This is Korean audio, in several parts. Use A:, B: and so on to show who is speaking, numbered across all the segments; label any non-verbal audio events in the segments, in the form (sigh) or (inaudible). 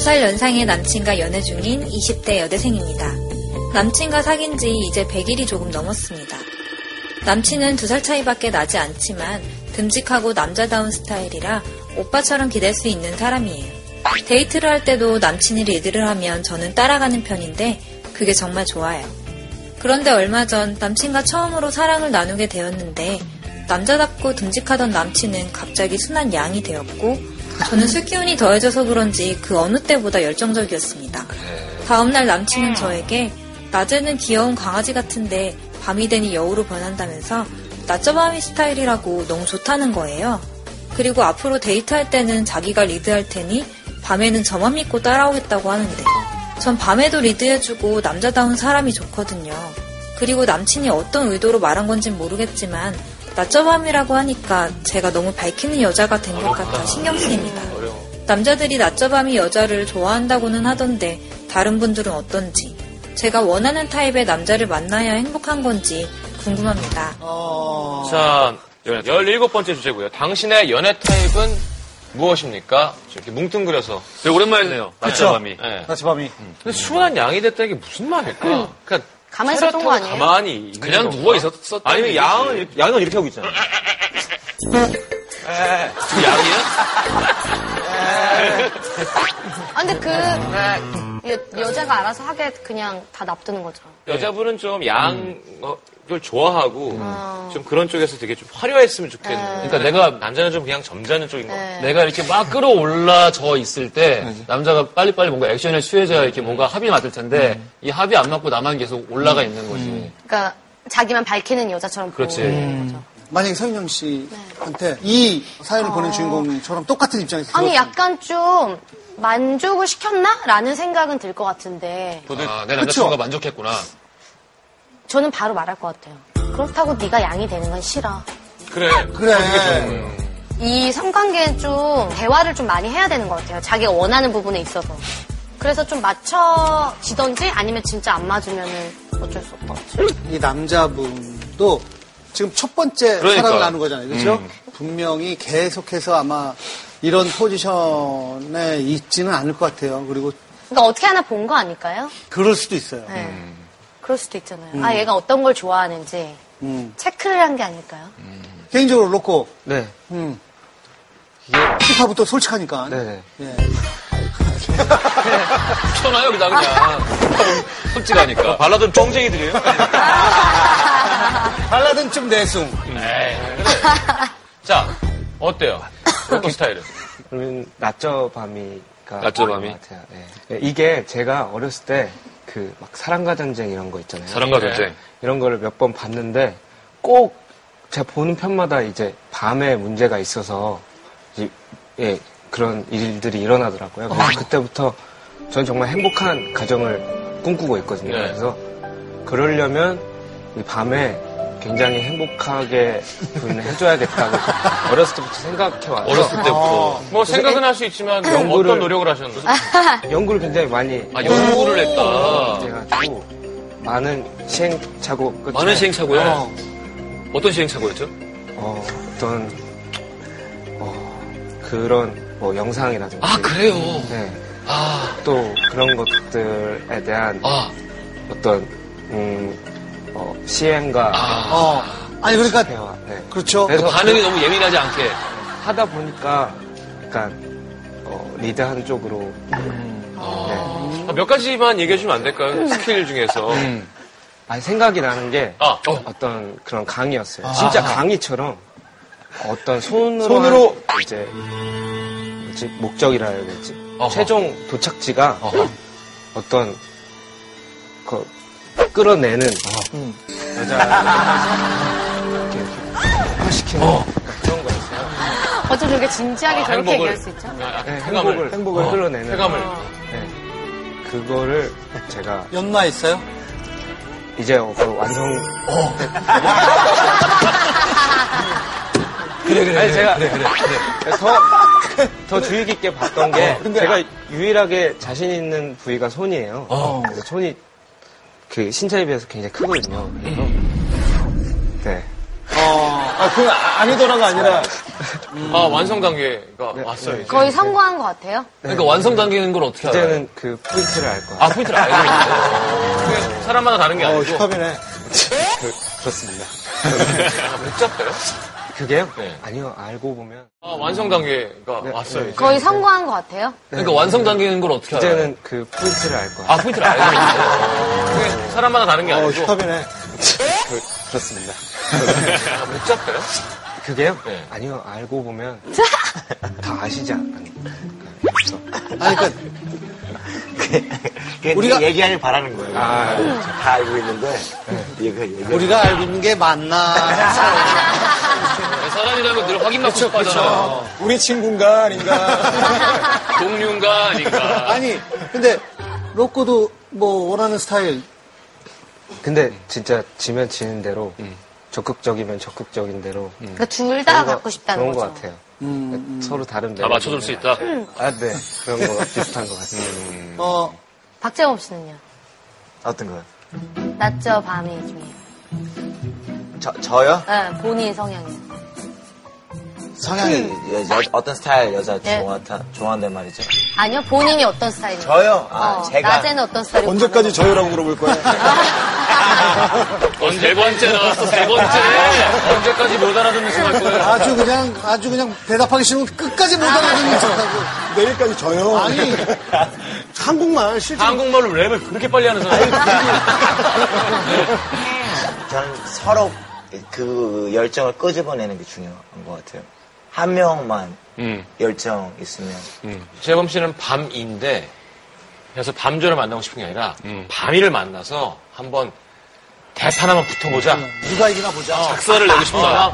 A: 살 연상의 남친과 연애 중인 20대 여대생입니다. 남친과 사귄 지 이제 100일이 조금 넘었습니다. 남친은 두 살 차이밖에 나지 않지만 듬직하고 남자다운 스타일이라 오빠처럼 기댈 수 있는 사람이에요. 데이트를 할 때도 남친이 리드를 하면 저는 따라가는 편인데 그게 정말 좋아요. 그런데 얼마 전 남친과 처음으로 사랑을 나누게 되었는데 남자답고 듬직하던 남친은 갑자기 순한 양이 되었고 저는 술 기운이 더해져서 그런지 그 어느 때보다 열정적이었습니다. 다음날 남친은 저에게 낮에는 귀여운 강아지 같은데 밤이 되니 여우로 변한다면서 낮저밤이 스타일이라고 너무 좋다는 거예요. 그리고 앞으로 데이트할 때는 자기가 리드할 테니 밤에는 저만 믿고 따라오겠다고 하는데 전 밤에도 리드해주고 남자다운 사람이 좋거든요. 그리고 남친이 어떤 의도로 말한 건진 모르겠지만 낮저밤이라고 하니까 제가 너무 밝히는 여자가 된 것 같아 신경 쓰입니다.
B: 어려워.
A: 남자들이 낮저밤이 여자를 좋아한다고는 하던데 다른 분들은 어떤지 제가 원하는 타입의 남자를 만나야 행복한 건지 궁금합니다.
B: 자, 17번째 주제고요. 당신의 연애 타입은 무엇입니까? 이렇게 뭉뚱그려서. 되게 오랜만이네요.
C: 낮밤이.
B: 네.
C: 낮밤이.
B: 근데 순한 양이 됐다 이게 무슨 말일까? 그러니까
D: 가만히
B: 술
D: 있었던 거
B: 타고
D: 아니에요?
B: 가만히 있는
E: 그냥
B: 건가?
E: 누워 있었었던
B: 아니면
E: 얘기지.
B: 양은 이렇게,
C: 양은 이렇게 하고 있잖아.
B: 그 양이야?
D: 아, 근데 그
E: 네.
D: 여, 여자가 알아서 하게 그냥 다 납두는 거죠.
B: 여자분은 좀 양을 좋아하고
D: 음.
B: 좀 그런 쪽에서 되게 좀 화려했으면 좋겠는데.
E: 그러니까 내가
B: 남자는 좀 그냥 점잖은 쪽인 것 같아요.
D: 네.
E: 내가 이렇게 막 끌어올라져 있을 때 남자가 빨리빨리 뭔가 액션에 취해져야 이렇게 뭔가 합이 맞을 텐데 이 합이 안 맞고 나만 계속 올라가 있는 거지.
D: 그러니까 자기만 밝히는 여자처럼
E: 그렇지.
D: 보이는 거죠.
C: 만약에 서인영 씨한테 이 사연을 보낸 주인공처럼 똑같은 입장에서.
D: 네. 아. 아니
C: 들었으면.
D: 약간 좀 만족을 시켰나? 라는 생각은 들 것 같은데
E: 아, 내
C: 그쵸?
E: 남자친구가 만족했구나.
D: 저는 바로 말할 것 같아요. 그렇다고 네가 양이 되는 건 싫어.
B: 그래.
C: 그래.
D: 이 성관계는 좀 대화를 좀 많이 해야 되는 것 같아요. 자기가 원하는 부분에 있어서. 그래서 좀 맞춰지던지 아니면 진짜 안 맞으면은 어쩔 수 없다.
C: 이 남자분도 지금 첫 번째
B: 그러니까요.
C: 사랑을 나눈 거잖아요. 그렇죠? 분명히 계속해서 아마 이런 포지션에 있지는 않을 것 같아요. 그리고
D: 그러니까 어떻게 하나 본 거 아닐까요?
C: 그럴 수도 있어요.
D: 네.
F: 음.
D: 그럴 수도 있잖아요. 아, 얘가 어떤 걸 좋아하는지
C: 음.
D: 체크를 한 게 아닐까요?
F: 음.
C: 개인적으로 놓고
F: 네.
C: 음. 힙합은 또 솔직하니까.
F: 네네.
C: 예.
B: 쳐놔요, 그냥.
D: (laughs)
B: 그냥. 솔직하니까. 네. 발라드는 쩡쟁이들이에요?
C: 발라드는 좀 내숭.
B: 네, 자, 어때요? 로키 스타일은?
F: 그러면 낮저밤이가
B: 낮저밤이?
F: 맞는 것 같아요. 네. 네, 이게 제가 어렸을 때 그 막 사랑과 전쟁 이런 거 있잖아요. 네.
B: 사랑과 전쟁.
F: 이런 거를 몇 번 봤는데 꼭 제가 보는 편마다 이제 밤에 문제가 있어서 이- 예, 그런 일들이 일어나더라고요. 그래서 그때부터 저는 정말 행복한 가정을 꿈꾸고 있거든요.
B: 네.
F: 그래서 그러려면 이 밤에 굉장히 행복하게 부인을
B: (laughs)
F: 해줘야겠다고 어렸을 때부터 생각해 왔어요.
B: 어렸을 때부터. 뭐 생각은 할 수 있지만
F: 아. 그 연구를- 아.
B: 어떤 노력을 하셨는지.
F: 연구를 굉장히 많이
B: 아, 연구를 했다.
F: 해가지고 많은 시행착오 끝에
B: 많은 시행착오요?
C: 어.
B: 어떤 시행착오였죠?
F: 어, 어떤 어, 그런 뭐 영상이라든지
B: 아, 그래요?
F: 네.
B: 아,
F: 또 그런 것들에 대한
B: 아,
F: 어떤 음, 어, 시행과
B: 아.
C: 어. 아니 그러니까
F: 대화 네.
C: 그렇죠.
F: 그래서
B: 반응이 너무 예민하지 않게.
F: 하다 보니까 약간 어, 리드하는 쪽으로 네.
B: 아, 몇 가지만 얘기해주면 안 될까요?
F: 음.
B: 스킬 중에서.
F: 아니, 생각이 나는 게
B: 아, 어.
F: 음. 어떤 그런 강의였어요. 진짜 강의처럼 어떤 손으로,
C: 손으로!
F: 한 이제 뭐지? 목적이라 해야 되지.
B: 어허.
F: 최종 도착지가
B: 어허.
F: 어떤 그 끌어내는 여자 이렇게 폭파시키는 그런 거였어요.
D: 어쩜 저렇게 진지하게
B: 아,
D: 저렇게
B: 행복을.
D: 얘기할 수 있죠?
B: 아,
F: 네,
B: 쾌감을.
F: 행복을 행복을
B: 어,
F: 끌어내는
B: 쾌감을.
F: 네. 그거를 제가
C: 연마했어요?
F: 이제 그 완성.
B: 네,
F: 그래 그래. 아니 제가 그래 그래. 더더 주의 깊게 봤던 게 제가 유일하게 자신 있는 부위가 손이에요. 그래서 손이 그 신체에 비해서 굉장히 크거든요. 그래서 네.
C: 그 어. 아, 그건 아니더라가 아니라
F: 음.
G: 아, 완성 단계가
F: 네.
G: 왔어요. 이제.
D: 거의 성공한 것 같아요.
B: 그러니까 완성 단계인 걸 어떻게 알아요?
F: 이제는 그 포인트를 알 거야.
B: 아, 포인트를 알고 있는데.
F: 네.
B: 그게 사람마다 다른 게
C: 어,
B: 아니고.
C: 힙합이네.
F: 그렇습니다.
B: 아,
G: 복잡해요?
F: (laughs) 그게요?
G: 네.
F: 아니요, 알고 보면.
G: 아, 완성 단계가
F: 네,
G: 왔어요.
F: 네.
G: 이제.
D: 거의 성공한 것 같아요.
B: 그러니까 완성 단계인 걸 어떻게 알아요?
F: 이제는 그 포인트를 알 거야.
B: 아, 포인트를 알고 있는데. 그게 사람마다 다른 게
C: 어,
B: 아니고.
C: 힙합이네.
F: 그렇습니다.
B: 아, 복잡해요?
F: 그게요?
B: 네.
F: 아니요,
D: (laughs)
F: 알고 보면. 다 아시지 않나요?
C: 아니, 그러니까
E: 그게
C: 우리가-
E: 우리가 네. 얘기하길 바라는 거예요.
F: 아,
E: 다 알고 있는데 얘가 얘기.
C: 우리가 알고 있는 게 맞나.
B: 네, 사람이라면 늘 확인받고 싶어 하잖아요.
H: 우리 친구인가 아닌가.
B: 동료인가 아닌가.
C: 아니, 근데 로꼬도 뭐 원하는 스타일
F: 근데 진짜 지면 지는 대로, 적극적이면 적극적인 대로.
D: 그러니까 둘 다 갖고 싶다는
F: 그런
D: 거죠.
F: 것 같아요. 그러니까 서로 다른
B: 다 맞춰줄 수 있다. 어,
F: 아, 네. 그런 거 비슷한 것 같습니다.
C: 어,
D: 박재범 씨는요?
E: 어떤 거요?
D: 낮죠 밤이 중에.
E: 저 저요?
D: 네, 본인 성향이.
E: 성향이 여- 여- 어떤 스타일 여자
D: 그 네.
E: 좋아한다 좋아한단 말이죠?
D: 아니요, 본인이 어떤 스타일이에요?
E: 저요? 아,
D: 어,
E: 제가
D: 낮에는 어떤 스타일이고
H: 언제까지
D: (laughs)
H: 저요라고 (laughs) 물어볼 거야?
B: 언네 번째 나왔어, 세 번째. 언제까지 못 알아듣는 심할 거예요.
C: (laughs) 아주 그냥, 아주 그냥 대답하기 싫으면 끝까지 못 알아듣는 척하고.
H: 내일까지 저요. (laughs)
C: 아니, 한국말 실제
B: 한국말로 랩을 그렇게 빨리 하는 사람.
E: 저는 서로 그 열정을 끄집어내는 게 중요한 것 같아요. 한 명만
G: 음.
E: 열정 있으면
B: 재범 씨는 밤인데, 그래서 밤조를 만나고 싶은 게 아니라, 밤이를 만나서 한번 대판 한번 붙어보자.
C: 누가 이기나 보자.
B: 음. 박사를 내고 싶다.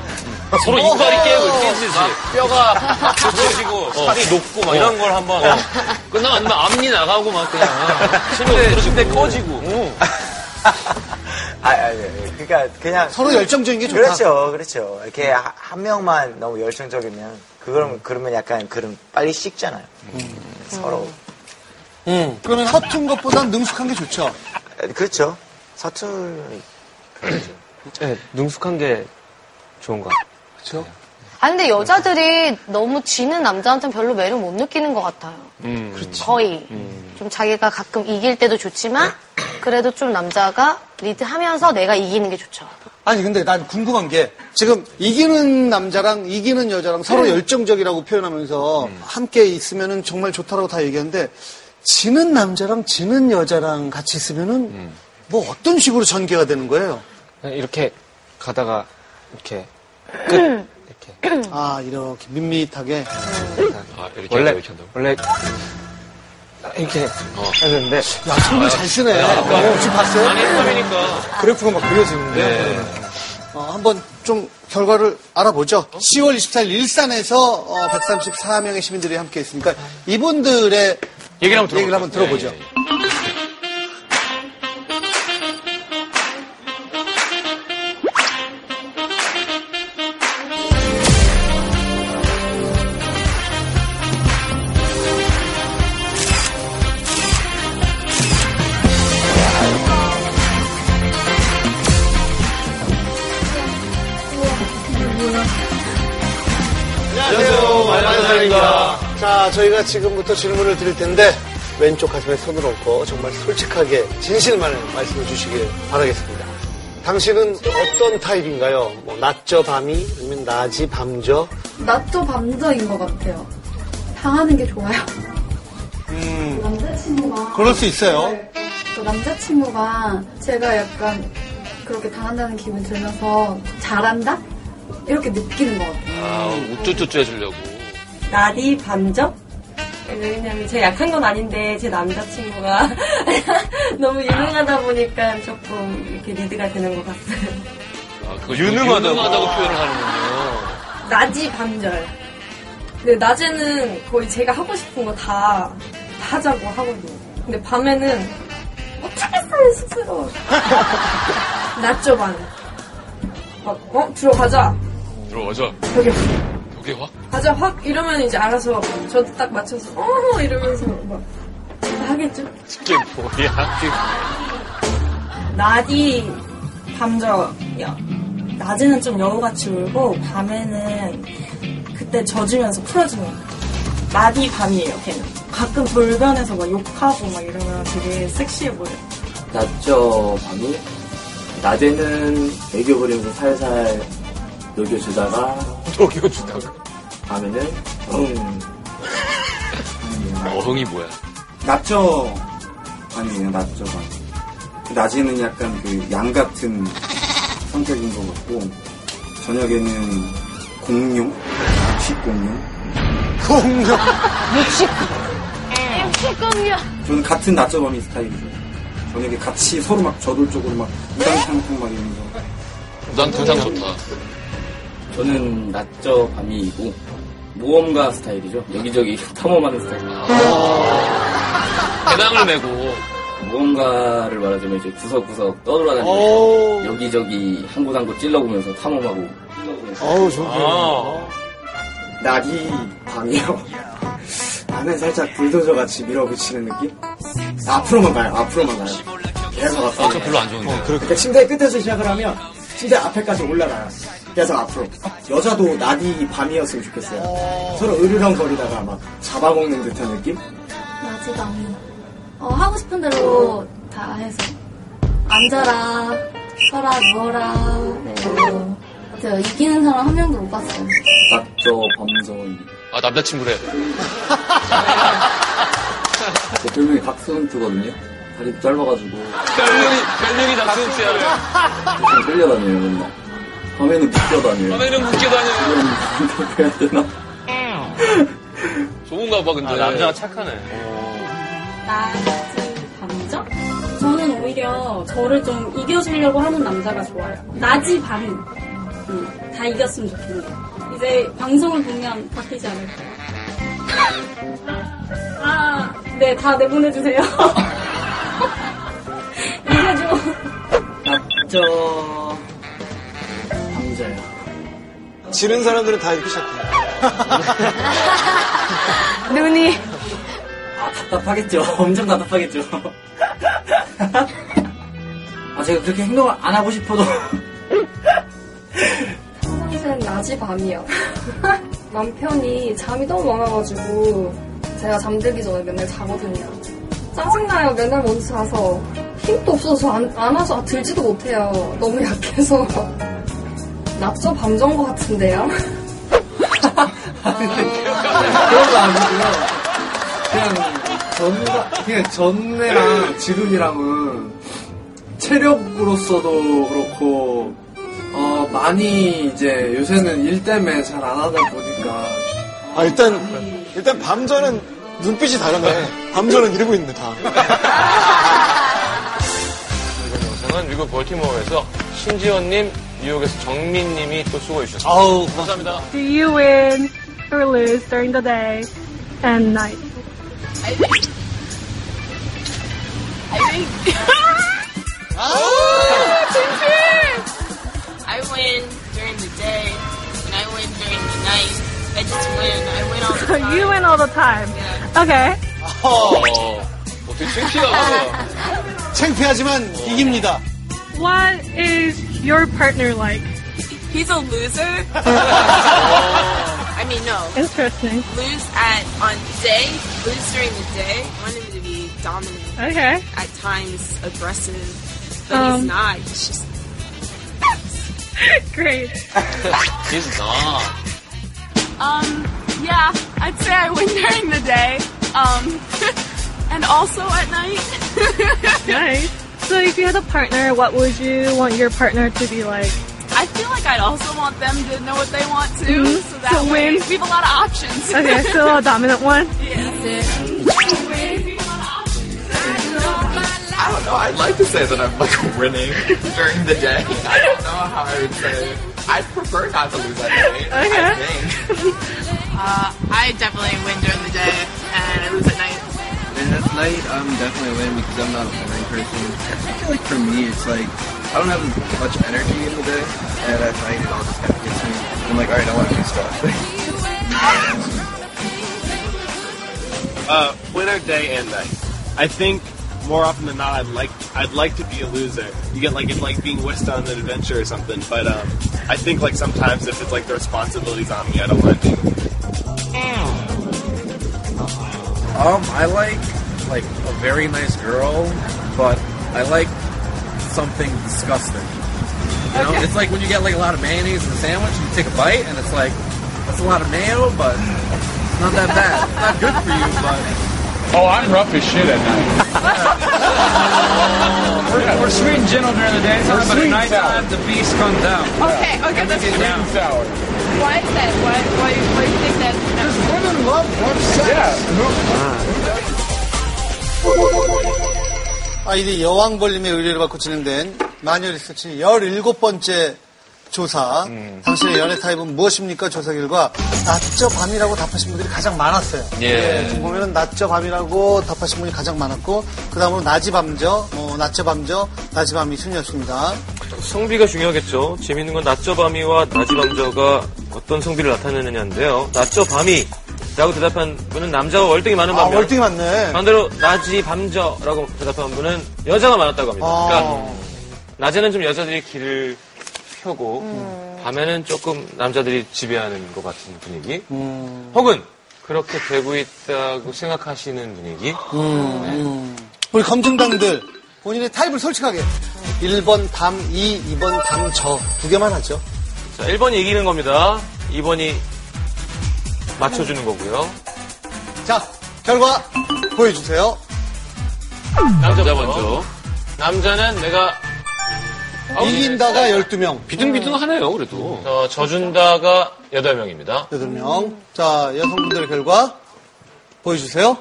B: 서로 이빨이 깨고 깨지지. 아, 어. 뼈가 부서지고, 살이 녹고 막 이런 걸 한번. 끝나면 아니면 앞니 나가고 막 그냥. 침대, 침대 꺼지고.
E: 아, 아, 예, 예. 그러니까 그냥
C: 서로
H: 네.
C: 열정적인 게 좋다.
E: 그렇죠, 그렇죠. 이렇게 하- 한 명만 너무 열정적이면 그럼 그러면 약간 그런 빨리 식잖아요. 서로
C: 응. 음. 그러면 서툰 것보단 능숙한 게 좋죠.
E: 그렇죠. 서툴
F: 네, 능숙한 게 좋은 것 같아요.
C: 그렇죠.
D: 아 근데 여자들이 너무 지는 남자한테는 별로 매력 못 느끼는 것 같아요.
F: 음.
D: 거의 좀 자기가 가끔 이길 때도 좋지만 그래도 좀 남자가 리드하면서 내가 이기는 게 좋죠.
C: 아니 근데 난 궁금한 게 지금 이기는 남자랑 이기는 여자랑 서로
B: 네.
C: 열정적이라고 표현하면서
B: 음.
C: 함께 있으면은 정말 좋다라고 다 얘기하는데 지는 남자랑 지는 여자랑 같이 있으면은
B: 음.
C: 뭐 어떤 식으로 전개가 되는 거예요?
F: 그냥 네, 이렇게 가다가 이렇게 끝 이렇게
C: 아 이렇게 밋밋하게
G: 아, 이렇게
F: 원래
G: 이렇게 한다고?
E: 네.
F: 원래 이렇게
E: 어.
F: 했는데
B: 아,
C: 야 손을 잘 쓰네. 어, 지금 봤어요?
B: 아니, 밤이니까. 네.
H: 그래프가 막 그려지는데.
C: 어, 한번 좀 결과를 알아보죠.
B: 어?
C: 10월 24일 일산에서 134명의 시민들이 함께 했으니까 이분들의
G: 얘기를 한번 들어볼까요?
C: 얘기를 한번 들어보죠.
G: 예, 예, 예.
C: 안녕하세요. 말만사입니다. 자, 저희가 지금부터 질문을 드릴 텐데 왼쪽 가슴에 손을 얹고 정말 솔직하게 진실만을 말씀해 주시길 바라겠습니다. 당신은 어떤 타입인가요? 뭐 낮저 밤이 아니면 낮이 밤저?
I: 낮도 밤저인 것 같아요. 당하는 게 좋아요. 그 남자친구가
C: 그럴 수 있어요.
I: 네. 또 남자친구가 제가 약간 그렇게 당한다는 기분 들면서 잘한다 이렇게 느끼는 것
B: 예,
I: 같아요.
G: 아, 우쭈쭈쭈 해주려고.
J: 나디 밤적? 왜냐면 제 약한 건 아닌데 제 남자친구가 (laughs) 너무 유능하다 보니까 조금 이렇게 리드가 되는 것 같아요.
G: 아, 그거
B: 유능하다고.
G: 표현을 하는군요.
J: 낮이 밤절. 근데 낮에는 거의 제가 하고 싶은 거 다 하자고 하거든요. 근데 밤에는 어떻게 쑥스러워. (laughs) 낮죠 밤. 막, 어? 들어가자.
G: 들어가자.
J: 여기
G: 여기 확.
J: 가자 확 이러면 이제 알아서 저도 딱 맞춰서 어 이러면서 막 하겠죠.
G: 이게 뭐야.
J: 낮이 밤저요. 낮에는 좀 여우같이 울고 밤에는 그때 져주면서 풀어주는 거예요. 낮이 밤이에요, 걔는. 가끔 돌변해서 막 욕하고 막 이러면 되게 섹시해 보여요.
E: 낮죠 밤이 낮에는 애교 부리면서 살살 녹여주다가 녹여주다가 밤에는 응
B: 어흥이 뭐야?
C: 낮죠 밤이에요 낮죠 밤 그 낮에는 약간 그 양 같은 성격인 것 같고 저녁에는 공룡 육식 공룡 공룡
K: 육식 육식 공룡
C: 저는 같은 낮죠 밤이 스타일이죠 저녁에 같이 서로 막 저돌 쪽으로 막
K: 네?
C: 우당탕탕 막 이러면서
B: 난 두상 좋다.
E: 저는 낮죠 밤이고 모험가 스타일이죠 여기저기 (laughs) 탐험하는 스타일 배낭을 메고 모험가를 말하자면 이제 구석구석 떠돌아다니고 여기저기 한 곳 한 곳 찔러보면서 탐험하고
L: 어우, 좋게.
B: 아.
C: 낮이 밤이요. 나는 살짝 불도저 같이 밀어붙이는 느낌? 앞으로만 가요, 앞으로만 가요. 계속 앞으로.
M: 아, 저 별로 안 좋은데.
C: 어, 그러니까 침대 끝에서 시작을 하면 침대 앞에까지 올라가요. 계속 앞으로. 여자도 낮이 밤이었으면 좋겠어요. 서로 으르렁거리다가 막 잡아먹는 듯한 느낌?
I: 나지도 않는. 어, 하고 싶은 대로 다 해서. 앉아라, 서라, 누워라. 뭐. 제가 이기는 사람 한 명도 못 봤어요.
E: 낮죠 밤손
B: 아 남자친구래.
E: 제 별명이 박소은투거든요 다리 짧아가지고
M: 별명이, 별명이 닥터치야.
E: 좀 끌려다녀요 맨날 밤에는 묶여다녀요
M: 밤에는 묶여다녀요.
E: 그래야 되나?
B: 좋은가 봐 근데.
M: 아, 남자가 착하네.
J: 낮이
N: 밤이죠? 저는 오히려 저를 좀 이겨주려고 하는 남자가 좋아요. 낮이 밤이. 음, 다 이겼으면 좋겠네요. 이제 방송을 보면 바뀌지 않을까요? 아, 네, 다 내보내주세요. (laughs) 이겨줘.
E: 낮죠 남자야
L: 지는 사람들은 다 이렇게 시작해.
K: 눈이
E: 답답하겠죠. (laughs) 엄청 답답하겠죠. 아, 제가 그렇게 행동을 안 하고 싶어도.
J: 평상시엔 낮이 밤이요. (laughs) 남편이 잠이 너무 많아가지고 제가 잠들기 전에 맨날 자거든요. 짜증나요. 맨날 먼저 자서 힘도 없어서 안, 안 와서 아, 들지도 못해요. 너무 약해서 (laughs) 낮죠 밤전 것 같은데요.
C: 그런 거 아니고요. 그냥 전과, 그냥 전에랑 지금이랑은 체력으로서도 그렇고, 어, 많이 이제 요새는 일 때문에 잘 안 하다 보니까.
L: 아, 일단, 일단 밤전은 눈빛이 다르네. 밤전은 이러고 있네, 다.
B: 이번 영상은 미국 볼티모어에서 신지원님, 뉴욕에서 정민님이 또 수고해주셨습니다.
M: 아우,
B: 감사합니다.
J: Do you win or lose during the day and night? I think. I think.
O: Oh, I win during the day and I win during the night. I just win. I win all the time.
J: (laughs) you win all the time. Okay.
B: 어, 어떻게 창피하고.
L: 창피하지만 이깁니다.
J: What is your partner like?
O: He's a loser. I mean, no.
J: Interesting.
O: Lose at on day. Lose during the day. I want him to be dominant.
J: Okay.
O: At times aggressive, but he's
J: Um.
O: not. He's just
J: (laughs) Great.
B: He's not.
P: Um, yeah, I'd say I win during the day.
O: (laughs)
P: Um, and also at night.
J: nice. So, if you had a partner, what would you want your partner to be like?
P: I feel like I'd also want them to know what they want too.
J: Mhm.
P: So that
J: So
P: way
J: win.
P: we have a lot of options.
J: Okay, so a dominant one.
Q: I don't know. I'd like to say that I'm like winning during the day. I don't know how I would say. it. I prefer not to lose that day. I
P: Okay.
Q: think.
P: Uh, (laughs) I definitely win during the day and I lose at night.
R: And at night, I'm definitely winning because I'm not a morning person. I feel like for me, it's like I don't have as much energy in the day, and at night it all just kind of gets me. I'm like, all right, I want to do
S: (laughs)
R: stuff.
T: Uh, winter, day, and night. I think
S: more often than not, I'd like I'd like to be a loser. You get like it's like being whisked on an adventure or something. But um, I think like sometimes if it's like the responsibility's on me, I don't want to.
E: Um, I like like a very nice girl, but I like something disgusting. You know, it's like when you get like a lot of mayonnaise in a sandwich, and you take a bite, and it's like that's a lot of mayo, but it's not that bad. It's not good for you, but
U: Oh, I'm rough as shit at night.
V: We're, we're sweet and gentle during the daytime,
U: We're
V: but
U: sweet and
V: at nighttime the beast comes out.
W: Okay, okay, that's
V: Everything's
W: true.
V: down.
W: Why is that? Why, why, why do you think that? Because women love, love sex.
C: 아, 아이디 여왕벌림의 의뢰를 받고 진행된 마녀 리서치 17번째 조사. 당신의 연애 타입은 무엇입니까? 조사 결과 낮저 밤이라고 답하신 분들이 가장 많았어요.
B: 예.
C: 지금 보면은 낮저 밤이라고 답하신 분이 가장 많았고 그 다음으로 낮이 밤저, 뭐 낮저 밤저, 낮이 밤이 순이었습니다.
B: 성비가 중요하겠죠. 재밌는 건 낮저 밤이와 낮이 밤저가 어떤 성비를 나타내느냐인데요. 낮저 밤이라고 대답한 분은 남자가 월등히 많은
C: 아,
B: 반면
C: 월등히 많네.
B: 반대로 낮이 밤저라고 대답한 분은 여자가 많았다고 합니다.
C: 아.
B: 그러니까 낮에는 좀 여자들이 길을 펴고
C: 음.
B: 밤에는 조금 남자들이 지배하는 것 같은 분위기 혹은 그렇게 되고 있다고 생각하시는 분위기
C: 음. 우리 검증단들 본인의 타입을 솔직하게 1번 담 2, 2번 담 저 두 개만 하죠.
B: 자, 1번이 이기는 겁니다. 2번이 맞춰주는 거고요.
C: 자, 결과 보여주세요.
B: 남자 먼저. 남자는 내가
C: 이긴다가 12명.
B: 비등비등하네요, 그래도. 어, 져준다가 8명입니다.
C: 8명. 자, 여성분들의 결과 보여주세요.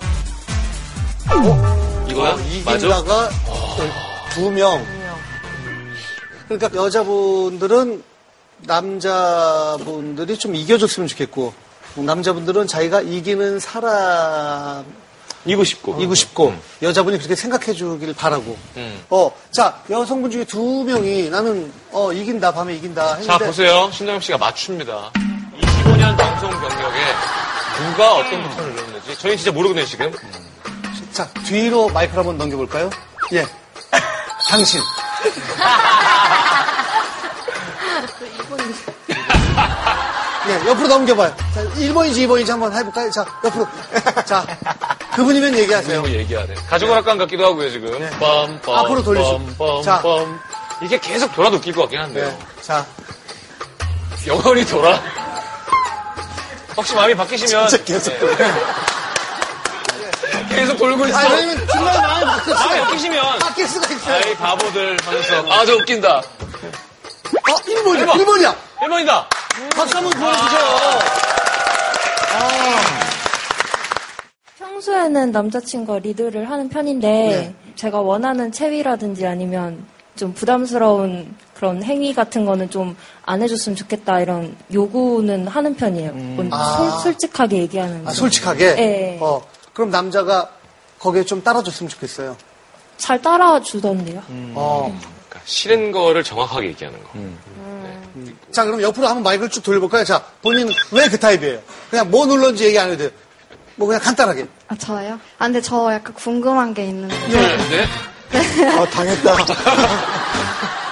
B: 이거야? 맞아?
C: 이긴다가 2명. 그러니까 여자분들은 남자분들이 좀 이겨줬으면 좋겠고, 남자분들은 자기가 이기는 사람,
B: 이고 싶고.
C: 이고 싶고, 여자분이 그렇게 생각해주길 바라고.
B: 음.
C: 어, 자, 여성분 중에 두 명이 나는, 어, 이긴다, 밤에 이긴다 했는데.
B: 자, 보세요. 신동엽 씨가 맞춥니다. 25년 방송 경력에 누가 어떤 부천을 넣었는지. 저희 진짜 모르거든요, 지금.
C: 자, 뒤로 마이크를 한번 넘겨볼까요? 예. (laughs) 당신. 예, 옆으로 넘겨봐요. 자, 1번인지 2번인지 한번 해볼까요? 자, 옆으로. (laughs) 자, 그분이면 얘기하세요.
B: 그리고 얘기하네. 가족오락관 같기도 하고요, 지금. 빰, 빰,
C: 앞으로 돌리시고.
B: 빰, 빰,
C: 자.
B: 빰. 이게 계속 돌아도 웃길 것 같긴 한데요.
C: 자,
B: 영원히 돌아. 혹시 마음이 바뀌시면.
C: 진짜 계속
B: 돌아. 계속 돌고 있어.
C: 네. 아, 왜냐면 중간에 마음이 바뀌었어요.
B: 마음이 바뀌시면.
C: 바뀔 수가 있어요.
B: 아이, 예. 바보들. 하면서. 아, 저 웃긴다.
C: 어, 1번이야, 1번이야!
B: 1번이다!
C: 박수 한번 보여주세요.
A: 평소에는 남자친구가 리드를 하는 편인데 제가 원하는 체위라든지 아니면 좀 부담스러운 그런 행위 같은 거는 좀 안 해줬으면 좋겠다 이런 요구는 하는 편이에요. 먼저 솔-
C: 아.
A: 솔직하게 얘기하는.
C: 아,
A: 거.
C: 솔직하게?
A: 네.
C: 어, 그럼 남자가 거기에 좀 따라줬으면 좋겠어요.
A: 잘 따라주던데요.
C: 어.
B: 싫은 거를 정확하게 얘기하는 거.
C: 자, 그럼 옆으로 한번 마이크를 쭉 돌려볼까요? 자, 본인 왜 그 타입이에요? 그냥 뭐 눌렀는지 얘기 안 해도 돼요. 뭐 그냥 간단하게.
J: 아, 저요? 아, 근데 저 약간 궁금한 게 있는데.
B: 네?
C: 아, 당했다.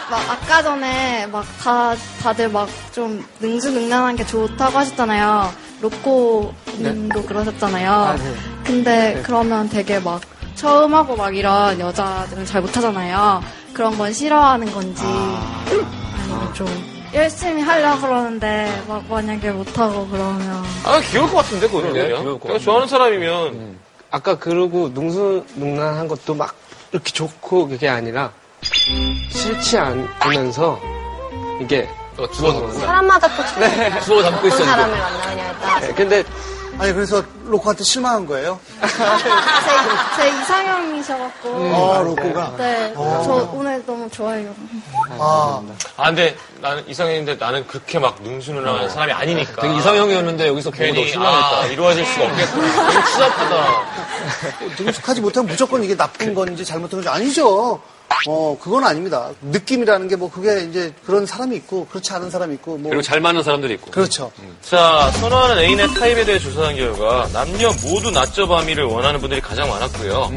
J: 막 아까 전에 막 다, 다들 막 좀 능수능란한 게 좋다고 하셨잖아요. 로꼬 님도 그러셨잖아요.
X: 아, 네.
J: 근데
X: 네.
J: 그러면 되게 막 처음 하고 막 이런 여자들은 잘 못하잖아요. 그런 건 싫어하는 건지. 아... 니면좀 열심히 하려고 그러는데 막 만약에 못하고 그러면.
B: 아, 귀여울 것 같은데, 음. 그거는.
F: 그러네,
B: 그냥.
F: 귀여울 것
B: 내가 좋아하는 사람이면.
F: 아까 그러고 능수능란한 것도 막 이렇게 좋고 그게 아니라 싫지 않으면서 이게 어.
B: 주워
D: 사람마다 또
F: 네.
B: 주워 담고
D: 어떤
F: 있었는데.
D: 사람을 만나느냐에 따라서
F: 네, 근데
C: (laughs) 아니 그래서 로코한테 실망한 거예요?
J: 아, 제, 제 이상형이셔갖고.
C: 아, 로꼬가?
J: 네.
B: 아.
J: 저 오늘 너무 좋아요.
C: 아.
B: 아, 근데 나는 이상형인데 나는 그렇게 막 능수능란한 어. 사람이 아니니까.
E: 되게 이상형이었는데 여기서 보고
B: 괜히,
E: 너무 실망했다.
B: 아, 이루어질 수가 없겠구나. (laughs) 되게 추잡하다.
C: 능숙하지 못하면 무조건 이게 나쁜 건지 잘못된 건지 아니죠. 어, 그건 아닙니다. 느낌이라는 게 뭐 그게 이제 그런 사람이 있고 그렇지 않은 사람이 있고 뭐
B: 그리고 잘 맞는 사람들이 있고.
C: 그렇죠.
B: 자, 선호하는 애인의 타입에 대해 조사한 결과 남녀 모두 낮저 밤이를 원하는 분들이 가장 많았고요.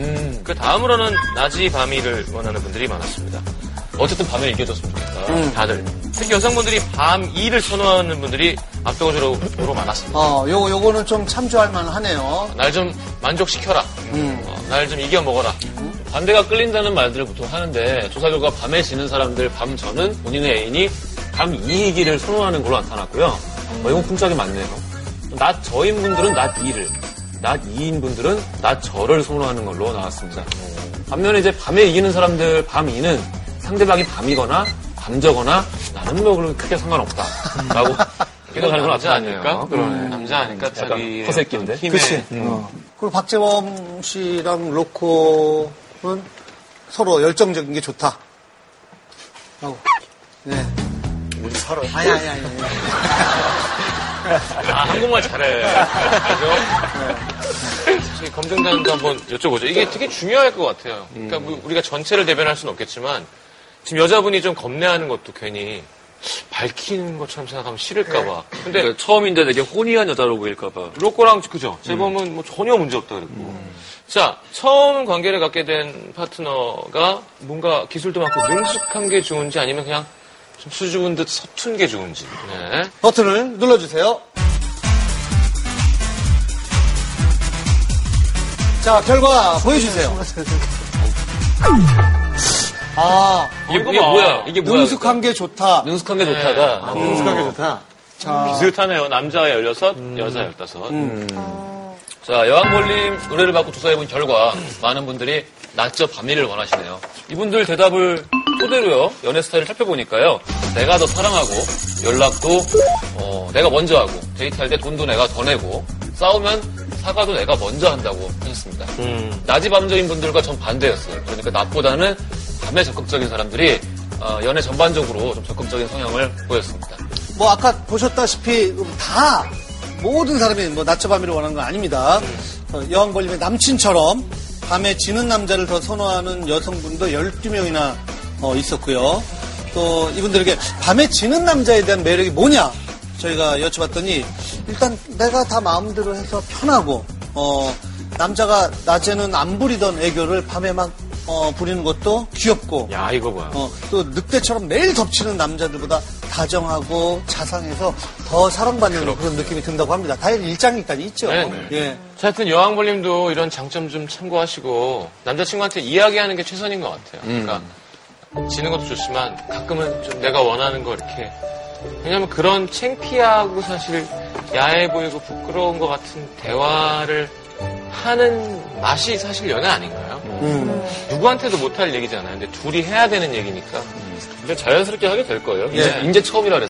B: 그 다음으로는 낮이 밤이를 원하는 분들이 많았습니다. 어쨌든 밤에 이겨줬으면 좋겠다. 다들. 특히 여성분들이 밤 이를 선호하는 분들이 압도적으로 많았습니다.
C: 어, 요거 요거는 좀 참조할 만하네요.
B: 날 좀 만족시켜라.
A: 어, 날 좀 이겨 먹어라. 반대가 끌린다는 말들을 보통 하는데 조사 결과 밤에 지는 사람들 밤 저는 본인의 애인이 밤 이기를 선호하는 걸로 나타났고요. 어, 이건 pun짝이 맞네요. 낮 저인 분들은 낮 이를, 낮 이인 분들은 낮 저를 선호하는 걸로 나왔습니다. 반면에 이제 밤에 이기는 사람들 밤 이는 상대방이 밤이거나 아, 밤저거나 나는 뭐 그런 크게 상관없다라고 생각하는 건 맞지 않을까?
B: 그러네. 남자 아니까
A: 약간
B: 자기의
A: 허세끼인데?
B: 어떤 힘에
A: 그치.
B: 음.
C: 네. 그리고 박재범 씨랑 로코는 서로 열정적인 게 좋다. 라고. 네.
H: 우리 서로.
C: 아니, 아니, 아니.
B: 아, 한국말 잘해.
A: 네.
B: 그죠? 저희 검증단도 한번 여쭤보죠. 이게 되게 중요할 것 같아요. 그러니까
A: 음.
B: 뭐 우리가 전체를 대변할 수는 없겠지만 지금 여자분이 좀 겁내하는 것도 괜히 밝히는 것처럼 생각하면 싫을까봐. 근데
A: 그러니까 처음인데 되게 혼이한 여자로 보일까봐. 음.
B: 로꼬랑 그죠? 재범은 뭐 전혀 문제 없다 그랬고. 자, 처음 관계를 갖게 된 파트너가 뭔가 기술도 많고 능숙한 게 좋은지 아니면 그냥 좀 수줍은 듯 서툰 게 좋은지. 네.
C: 버튼을 눌러주세요. 자, 결과 보여주세요.
A: 음.
C: 아,
A: 이게- 이게 뭐야? 이게 뭐야?
C: 능숙한 게 좋다.
A: 능숙한 게 좋다가.
C: 아, 능숙한 게 좋다. 자,
A: 비슷하네요. 남자 16, 여자 15. 자, 여왕벌림 의뢰를 받고 조사해본 결과 많은 분들이 낮저 밤일을 원하시네요. 이분들 대답을 토대로요. 연애 스타일을 살펴보니까요. 내가 더 사랑하고 연락도 어, 내가 먼저 하고 데이트할 때 돈도 내가 더 내고 싸우면 사과도 내가 먼저 한다고 하셨습니다.
F: 음.
A: 낮이 밤저인 분들과 전 반대였어요. 그러니까 낮보다는 밤에 적극적인 사람들이 어, 연애 전반적으로 좀 적극적인 성향을 보였습니다.
C: 뭐 아까 보셨다시피 음, 다 모든 사람이 뭐 낮저 밤이를 원하는 건 아닙니다. 어, 여왕 벌림의 남친처럼 밤에 지는 남자를 더 선호하는 여성분도 12명이나 어, 있었고요. 또 이분들에게 밤에 지는 남자에 대한 매력이 뭐냐 저희가 여쭤봤더니 일단 내가 다 마음대로 해서 편하고 어, 남자가 낮에는 안 부리던 애교를 밤에 막 어, 부리는 것도 귀엽고
B: 야, 이거 뭐야.
C: 어, 또 늑대처럼 매일 덮치는 남자들보다 다정하고 자상해서 더 사랑받는 그런 느낌이 든다고 합니다. 다 일장이 일단 있죠.
B: 네, 네.
C: 예.
B: 자, 하여튼 여왕벌님도 이런 장점 좀 참고하시고 남자친구한테 이야기하는 게 최선인 것 같아요.
A: 음.
B: 그러니까 지는 것도 좋지만 가끔은 좀 내가 원하는 거 이렇게 왜냐면 그런 창피하고 사실 야해 보이고 부끄러운 것 같은 대화를 하는 맛이 사실 연애 아닌가요?
A: 음.
C: 음.
B: 누구한테도 못할 얘기잖아요. 근데 둘이 해야 되는 얘기니까.
A: 근데 자연스럽게 하게 될 거예요.
B: 예.
A: 음. 이제, 이제 처음이라 그래서.